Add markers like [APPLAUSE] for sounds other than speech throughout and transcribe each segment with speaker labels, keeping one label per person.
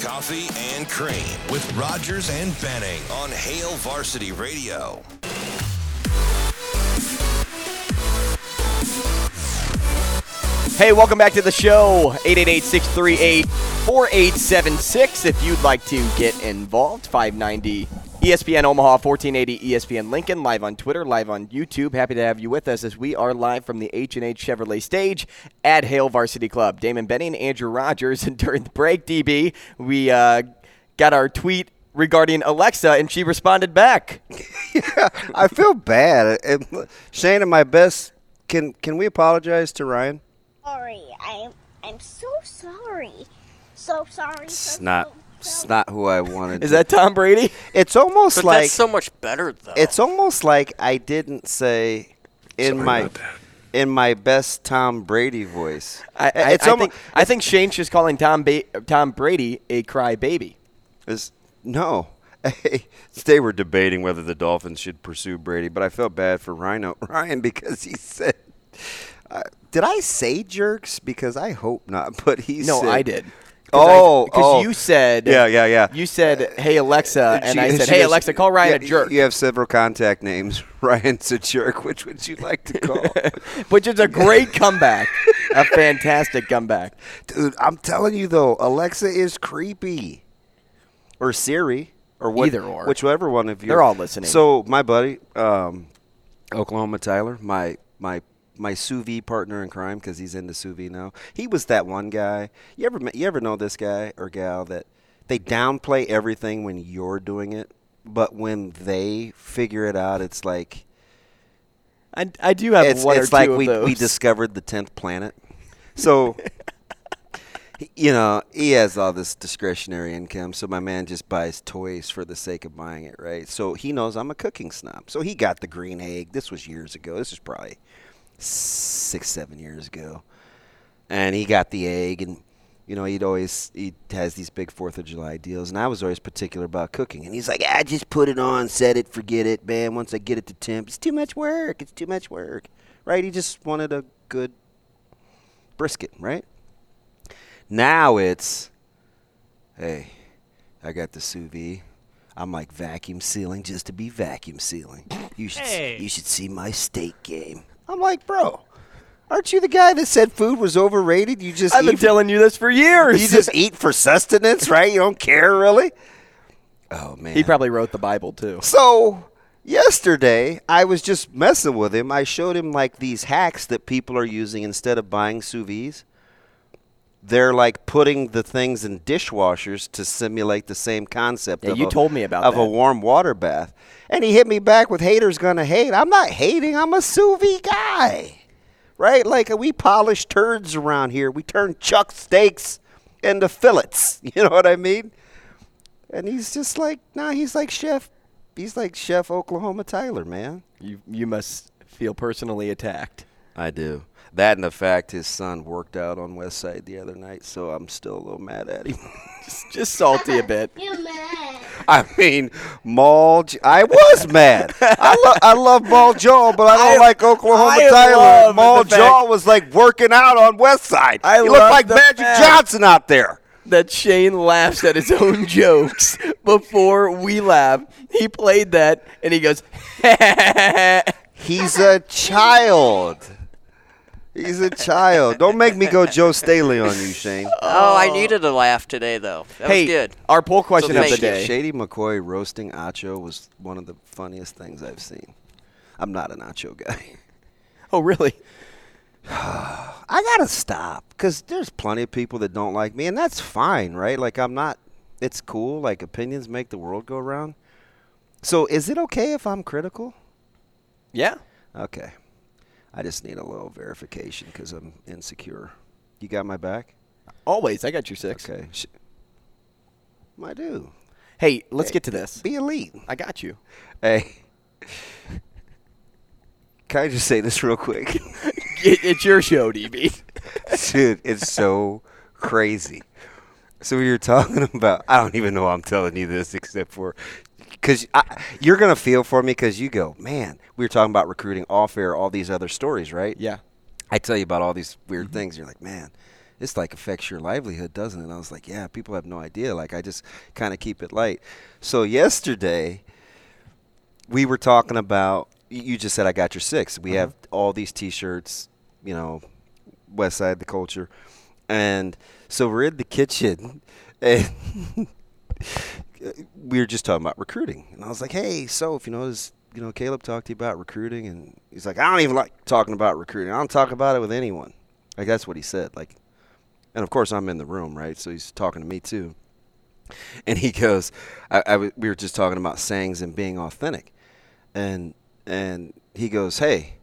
Speaker 1: Coffee and Cream with Rogers and Benning on Hale Varsity Radio.
Speaker 2: Hey, welcome back to the show. 888-638-4876 if you'd like to get involved. E 590 ESPN Omaha, E 1480 ESPN Lincoln, live on Twitter, live on YouTube. Happy to have you with us as we are live from the H&H Chevrolet stage at Hale Varsity Club. Damon Benning, Andrew Rogers, [LAUGHS] and during the break, DB, we uh, got our tweet regarding Alexa, and she responded back.
Speaker 3: yeah, I feel bad. It, Shane, am I best? Can can we apologize to Ryan?
Speaker 4: sorry. I'm I'm so sorry. So sorry.
Speaker 5: It's
Speaker 4: so,
Speaker 5: not-
Speaker 4: so-
Speaker 3: It's
Speaker 4: so-
Speaker 3: not who I wanted.
Speaker 2: Is
Speaker 3: to-
Speaker 2: that Tom Brady?
Speaker 3: It's almost
Speaker 5: But
Speaker 3: like
Speaker 5: that's so much better though.
Speaker 3: it's almost like I didn't say in my in my best Tom Brady voice.
Speaker 2: I, I,
Speaker 3: it's
Speaker 2: I
Speaker 3: almo-
Speaker 2: think, I think Shane's just calling Tom, ba- Tom Brady a cry baby.
Speaker 3: Is no. [LAUGHS] they were debating whether the Dolphins should pursue Brady, but I felt bad for Rhino [LAUGHS] Ryan because he said, uh, "Did I say jerks?" Because I hope not, [LAUGHS] but he
Speaker 2: No,
Speaker 3: said-
Speaker 2: I did.
Speaker 3: Oh,
Speaker 2: because
Speaker 3: oh.
Speaker 2: you said
Speaker 3: Yeah, yeah, yeah.
Speaker 2: You said, "Hey Alexa," and
Speaker 3: She-
Speaker 2: [LAUGHS] I said,
Speaker 3: she
Speaker 2: "Hey
Speaker 3: goes,
Speaker 2: Alexa, call Ryan
Speaker 3: "Yeah,
Speaker 2: a jerk,"
Speaker 3: You have several contact names. [LAUGHS] Ryan's a jerk. Which would you like to call?
Speaker 2: [LAUGHS] which is a great comeback, a fantastic comeback.
Speaker 3: Dude, I'm telling you though, Alexa is creepy, or Siri, or what,
Speaker 2: Either or.
Speaker 3: whichever one of you.
Speaker 2: They're all listening.
Speaker 3: So my buddy, um, Oklahoma Tyler, my my my sous vide partner in crime because he's into sous vide now. He was that one guy. You ever met- you ever know this guy or gal that they downplay everything when you're doing it, but when they figure it out, it's like
Speaker 2: I, I do have
Speaker 3: it's,
Speaker 2: one
Speaker 3: it's
Speaker 2: or
Speaker 3: like
Speaker 2: two of
Speaker 3: we,
Speaker 2: those.
Speaker 3: we discovered the 10th planet
Speaker 2: [LAUGHS]
Speaker 3: so you know he has all this discretionary income so my man just buys toys for the sake of buying it right so he knows i'm a cooking snob so he got the green egg this was years ago this was probably six seven years ago and he got the egg and you know he'd always he has these big fourth of july deals and i was always particular about cooking and he's like i just put it on set it forget it man once i get it to temp it's too much work it's too much work right he just wanted a good brisket right now it's hey i got the sous vide i'm like vacuum sealing just to be vacuum sealing you should you should see my steak game i'm like bro aren't you the guy that said food was overrated you just
Speaker 2: I've been
Speaker 3: eat-
Speaker 2: telling you this for years.
Speaker 3: you just eat for sustenance, right? You don't care really. Oh man.
Speaker 2: he probably wrote the Bible too.
Speaker 3: So yesterday I was just messing with him. I showed him like these hacks that people are using instead of buying sous vides. They're like putting the things in dishwashers to simulate the same concept.
Speaker 2: Yeah,
Speaker 3: of
Speaker 2: you
Speaker 3: a-
Speaker 2: told me about
Speaker 3: of a
Speaker 2: that.
Speaker 3: warm water bath, and he hit me back with "haters gonna hate." I'm not hating. I'm a sous vide guy right? Like we polish turds around here. We turn chuck steaks into fillets. [LAUGHS] You know what I mean? And he's just like, nah, he's like chef. He's like Chef Oklahoma Tyler, man.
Speaker 2: You you must feel personally attacked.
Speaker 3: I do. That and the fact his son worked out on West Side the other night, so I'm still a little mad at him. [LAUGHS]
Speaker 2: Just salty a bit.
Speaker 4: You mad?
Speaker 3: I mean, Maul. J- I was mad. I, lo- I love Maul Jaw, but I don't
Speaker 2: I-
Speaker 3: like Oklahoma
Speaker 2: I
Speaker 3: Tyler.
Speaker 2: love
Speaker 3: Maul
Speaker 2: the fact-
Speaker 3: Jaw was like working out on West Side.
Speaker 2: I
Speaker 3: he
Speaker 2: love
Speaker 3: looked like
Speaker 2: the
Speaker 3: Magic
Speaker 2: fact-
Speaker 3: Johnson out there.
Speaker 2: that Shane laughs at his own [LAUGHS] jokes before we laugh. He played that and he goes, [LAUGHS]
Speaker 3: He's a child. He's a child. Don't make me go Joe Staley on you, Shane.
Speaker 5: oh, I needed a laugh today though. That
Speaker 2: "Hey,
Speaker 5: was good.
Speaker 2: our poll question of
Speaker 5: thank
Speaker 2: the
Speaker 5: you.
Speaker 2: day."
Speaker 3: Shady McCoy roasting Acho was one of the funniest things I've seen. I'm not an Acho guy. [LAUGHS]
Speaker 2: [LAUGHS] Oh, really?
Speaker 3: I gotta stop because there's plenty of people that don't like me, and that's fine, right? Like I'm not. It's cool. Like opinions make the world go round. So is it okay if I'm critical?
Speaker 2: Yeah.
Speaker 3: Okay. I just need a little verification because I'm insecure. You got my back?
Speaker 2: Always, I got your six.
Speaker 3: Okay. Sh- I do.
Speaker 2: Hey, let's get to this.
Speaker 3: Be elite.
Speaker 2: I got you.
Speaker 3: [LAUGHS] Hey. Can I just say this real quick?
Speaker 2: [LAUGHS]
Speaker 3: [LAUGHS]
Speaker 2: It, it's your show, DB.
Speaker 3: Dude, it's so crazy. So we were talking about. I don't even know why I'm telling you this, except for because you're gonna feel for me because you go, man. We were talking about recruiting off air, all these other stories, right?
Speaker 2: [LAUGHS] Yeah.
Speaker 3: I tell you about all these weird things. You're like, man, this like affects your livelihood, doesn't it? And I was like, yeah, people have no idea. Like, I just kind of keep it light. So yesterday, we were talking about. y- You just said I got your six. We have all these T-shirts, you know, West Side the culture, and so we're in the kitchen, [LAUGHS] and we were just talking about recruiting, and I was like, "Hey, so if you notice, you know, Caleb talked to you about recruiting, and he's like, I don't even like talking about recruiting. I don't talk about it with anyone. Like that's what he said. Like, and of course I'm in the room, right? So he's talking to me too, and he goes, I, I w- we were just talking about sayings and being authentic, and and he goes, Hey,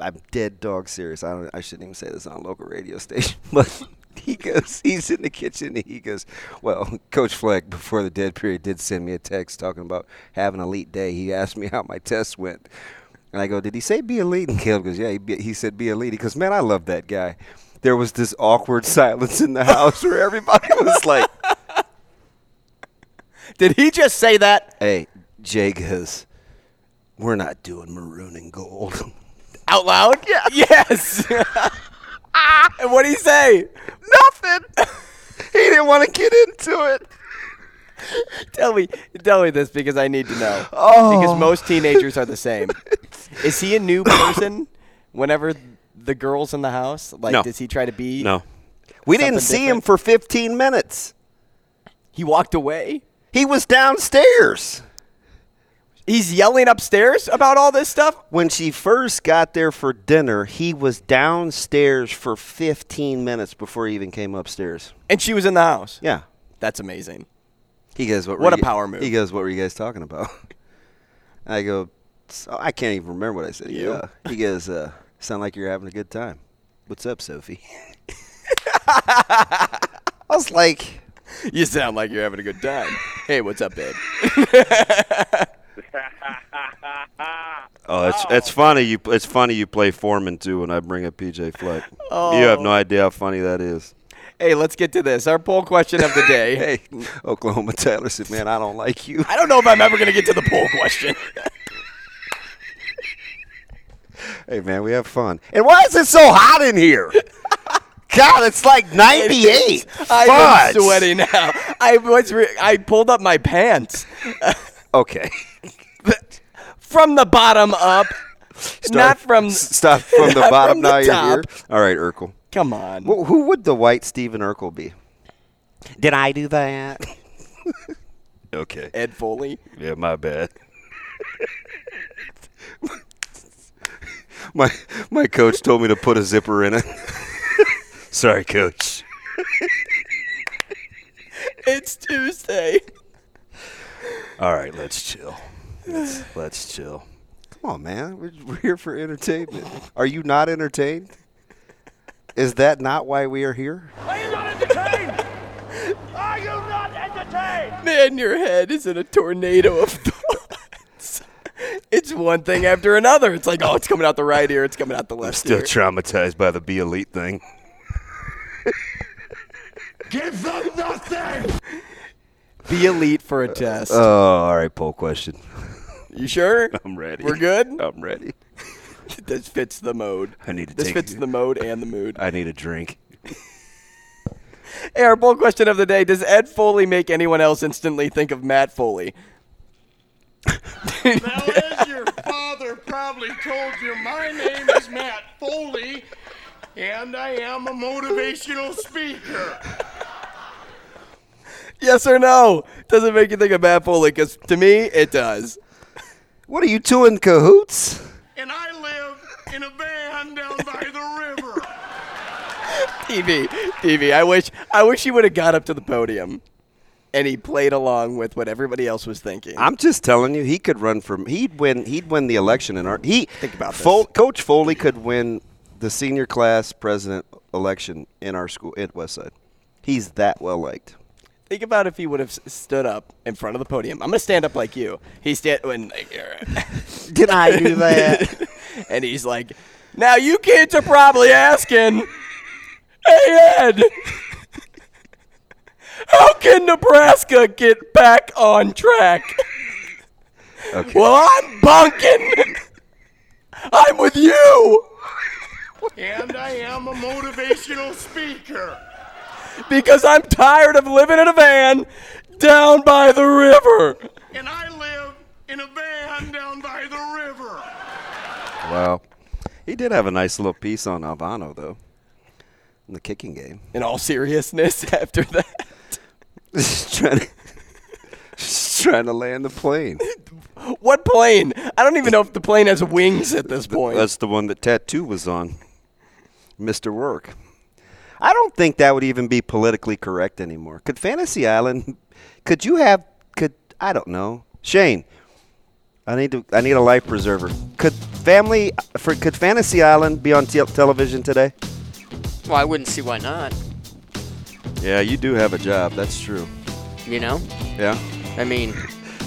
Speaker 3: I'm dead dog serious. I don't. I shouldn't even say this on a local radio station, [LAUGHS] but he goes. He's in the kitchen. And he goes. Well, Coach Fleck, before the dead period, did send me a text talking about having an elite day. He asked me how my test went, and I go, "Did he say be elite?" And Caleb goes, "Yeah." He, be, he said be elite. He goes, "Man, I love that guy." There was this awkward [LAUGHS] silence in the house where everybody was like, [LAUGHS]
Speaker 2: Did he just say that
Speaker 3: "Hey, Jay goes, we're not doing maroon and gold."
Speaker 2: out loud? Yeah. [LAUGHS] Yes. and what did he say? Nothing.
Speaker 3: he didn't want to get into it.
Speaker 2: [LAUGHS] tell me, tell me this because I need to know. [LAUGHS] Oh. Because most teenagers are the [LAUGHS] same. Is he a new person? Whenever the girls in the house, like,
Speaker 3: No.
Speaker 2: does he try to be?
Speaker 3: We
Speaker 2: Something
Speaker 3: didn't see him
Speaker 2: different?
Speaker 3: for 15 minutes.
Speaker 2: He walked away.
Speaker 3: He was downstairs.
Speaker 2: He's yelling upstairs about all this stuff.
Speaker 3: When she first got there for dinner, he was downstairs for 15 minutes before he even came upstairs.
Speaker 2: And she was in the house.
Speaker 3: Yeah.
Speaker 2: That's amazing.
Speaker 3: He goes, "What?
Speaker 2: What a
Speaker 3: were you-
Speaker 2: power move.
Speaker 3: He goes, "What were you guys talking about?" [LAUGHS] And I go, "So- "I can't even remember what I said."
Speaker 2: You?
Speaker 3: Yeah. He goes, uh, "Sound like you're having a good time. What's up, [LAUGHS] Sophie?" I was like,
Speaker 2: [LAUGHS] You sound like you're having a good time. hey, what's up, babe?
Speaker 6: Oh, it's it's funny you it's funny you play Foreman too when I bring up PJ Fleck. You have
Speaker 3: Oh.
Speaker 6: no idea how funny that is.
Speaker 2: Hey, let's get to this. Our poll question of the [LAUGHS] day.
Speaker 3: "Hey, [LAUGHS] Oklahoma Tyler said, man, I don't like you."
Speaker 2: I don't know if I'm ever going to get to the poll [LAUGHS] question.
Speaker 3: Hey man, we have fun. And why is it so hot
Speaker 2: [LAUGHS]
Speaker 3: in here? God, it's like 98.
Speaker 2: I'm
Speaker 3: Fudge.
Speaker 2: sweaty now. I was re- I pulled up my pants
Speaker 3: Okay.
Speaker 2: [LAUGHS] from the bottom up, not from.
Speaker 3: stop from
Speaker 2: [LAUGHS]
Speaker 3: the
Speaker 2: not
Speaker 3: bottom.
Speaker 2: from the
Speaker 3: now you're here.
Speaker 2: top.
Speaker 3: All right, Urkel.
Speaker 2: Come on.
Speaker 3: Wh- who would the white Steven Urkel be? Did I do that?
Speaker 6: Okay.
Speaker 2: Ed Foley.
Speaker 6: Yeah, my bad.
Speaker 3: [LAUGHS] My my coach told me to put a zipper in it.
Speaker 6: [LAUGHS] Sorry, coach.
Speaker 2: It's Tuesday.
Speaker 6: All right, let's chill.
Speaker 3: [SIGHS]
Speaker 6: Let's, let's chill.
Speaker 3: Come on, man. We're, we're here for entertainment. Are you not entertained? Is that not why we are here?
Speaker 7: Are you not entertained? Are you not entertained?
Speaker 2: Man, your head is in a tornado of [LAUGHS] thoughts. It's one thing after another. It's like, oh, it's coming out the right ear. It's coming out the left
Speaker 6: Still
Speaker 2: ear.
Speaker 6: traumatized by the B elite thing.
Speaker 7: Give them nothing!
Speaker 2: Be elite for a test.
Speaker 6: Oh, all right, poll question.
Speaker 2: you sure?
Speaker 6: [LAUGHS] I'm ready.
Speaker 2: We're good.
Speaker 6: I'm ready.
Speaker 2: This fits the mode.
Speaker 6: I need to
Speaker 2: This
Speaker 6: take
Speaker 2: fits the mode and the mood.
Speaker 6: I need a drink.
Speaker 2: Hey, our bold question of the day: Does Ed Foley make anyone else instantly think of Matt Foley?
Speaker 7: Now, as your father probably told you, my name is Matt Foley, and I am a motivational speaker.
Speaker 2: Yes or no? Does it make you think of Matt Foley? Because to me, it does.
Speaker 3: What are you two in cahoots?
Speaker 7: And I live in a van down by the river.
Speaker 2: TV, TV. I wish, I wish he would have got up to the podium. and he played along with what everybody else was thinking.
Speaker 3: I'm just telling you, he could run from. He'd win. He'd win the election in our. He
Speaker 2: Think about this.
Speaker 3: Fol- Coach Foley could win the senior class president election in our school at Westside. He's that well liked.
Speaker 2: Think about if he would have s- stood up in front of the podium. I'm gonna stand up like you. He stand when
Speaker 8: Did I
Speaker 3: [LAUGHS]
Speaker 8: do that?
Speaker 2: [LAUGHS] and he's like, "Now you kids are probably asking, hey Ed, how can Nebraska get back on track?" Well, I'm bunking. I'm with you
Speaker 7: And I am a motivational speaker.
Speaker 2: because I'm tired of living in a van down by the river.
Speaker 7: And I live in a van down by the river.
Speaker 3: Wow. He did have a nice little piece on Alvano though, in the kicking game. [LAUGHS]
Speaker 2: In all seriousness, [LAUGHS] after that,
Speaker 3: just trying to, [LAUGHS] just trying to land the plane.
Speaker 2: what plane? I don't even know if the plane has wings at this point.
Speaker 3: That's the one that Tattoo was on, Mr. Work. I don't think that would even be politically correct anymore. Could Fantasy Island? Could you have? Could I don't know, Shane? I need to. I need a life preserver. Could family? For could Fantasy Island be on tel television today?
Speaker 5: Well, I wouldn't see why not.
Speaker 3: Yeah, you do have a job. That's true.
Speaker 5: You know,
Speaker 3: Yeah.
Speaker 5: I mean,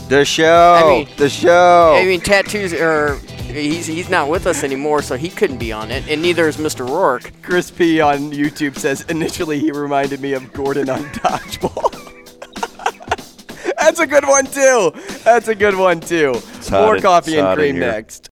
Speaker 8: The show.
Speaker 5: I mean-
Speaker 8: the
Speaker 3: Oh.
Speaker 8: show.
Speaker 5: I mean, tattoos are. He's he's not with us anymore, so he couldn't be on it, and neither is Mr. Rourke.
Speaker 2: Chris P on YouTube says initially he reminded me of Gordon on [LAUGHS] Dodgeball. That's a good one too. That's a good one too.
Speaker 3: hot
Speaker 2: More
Speaker 3: in-
Speaker 2: coffee
Speaker 3: it's
Speaker 2: and
Speaker 3: hot in
Speaker 2: cream
Speaker 3: here.
Speaker 2: next.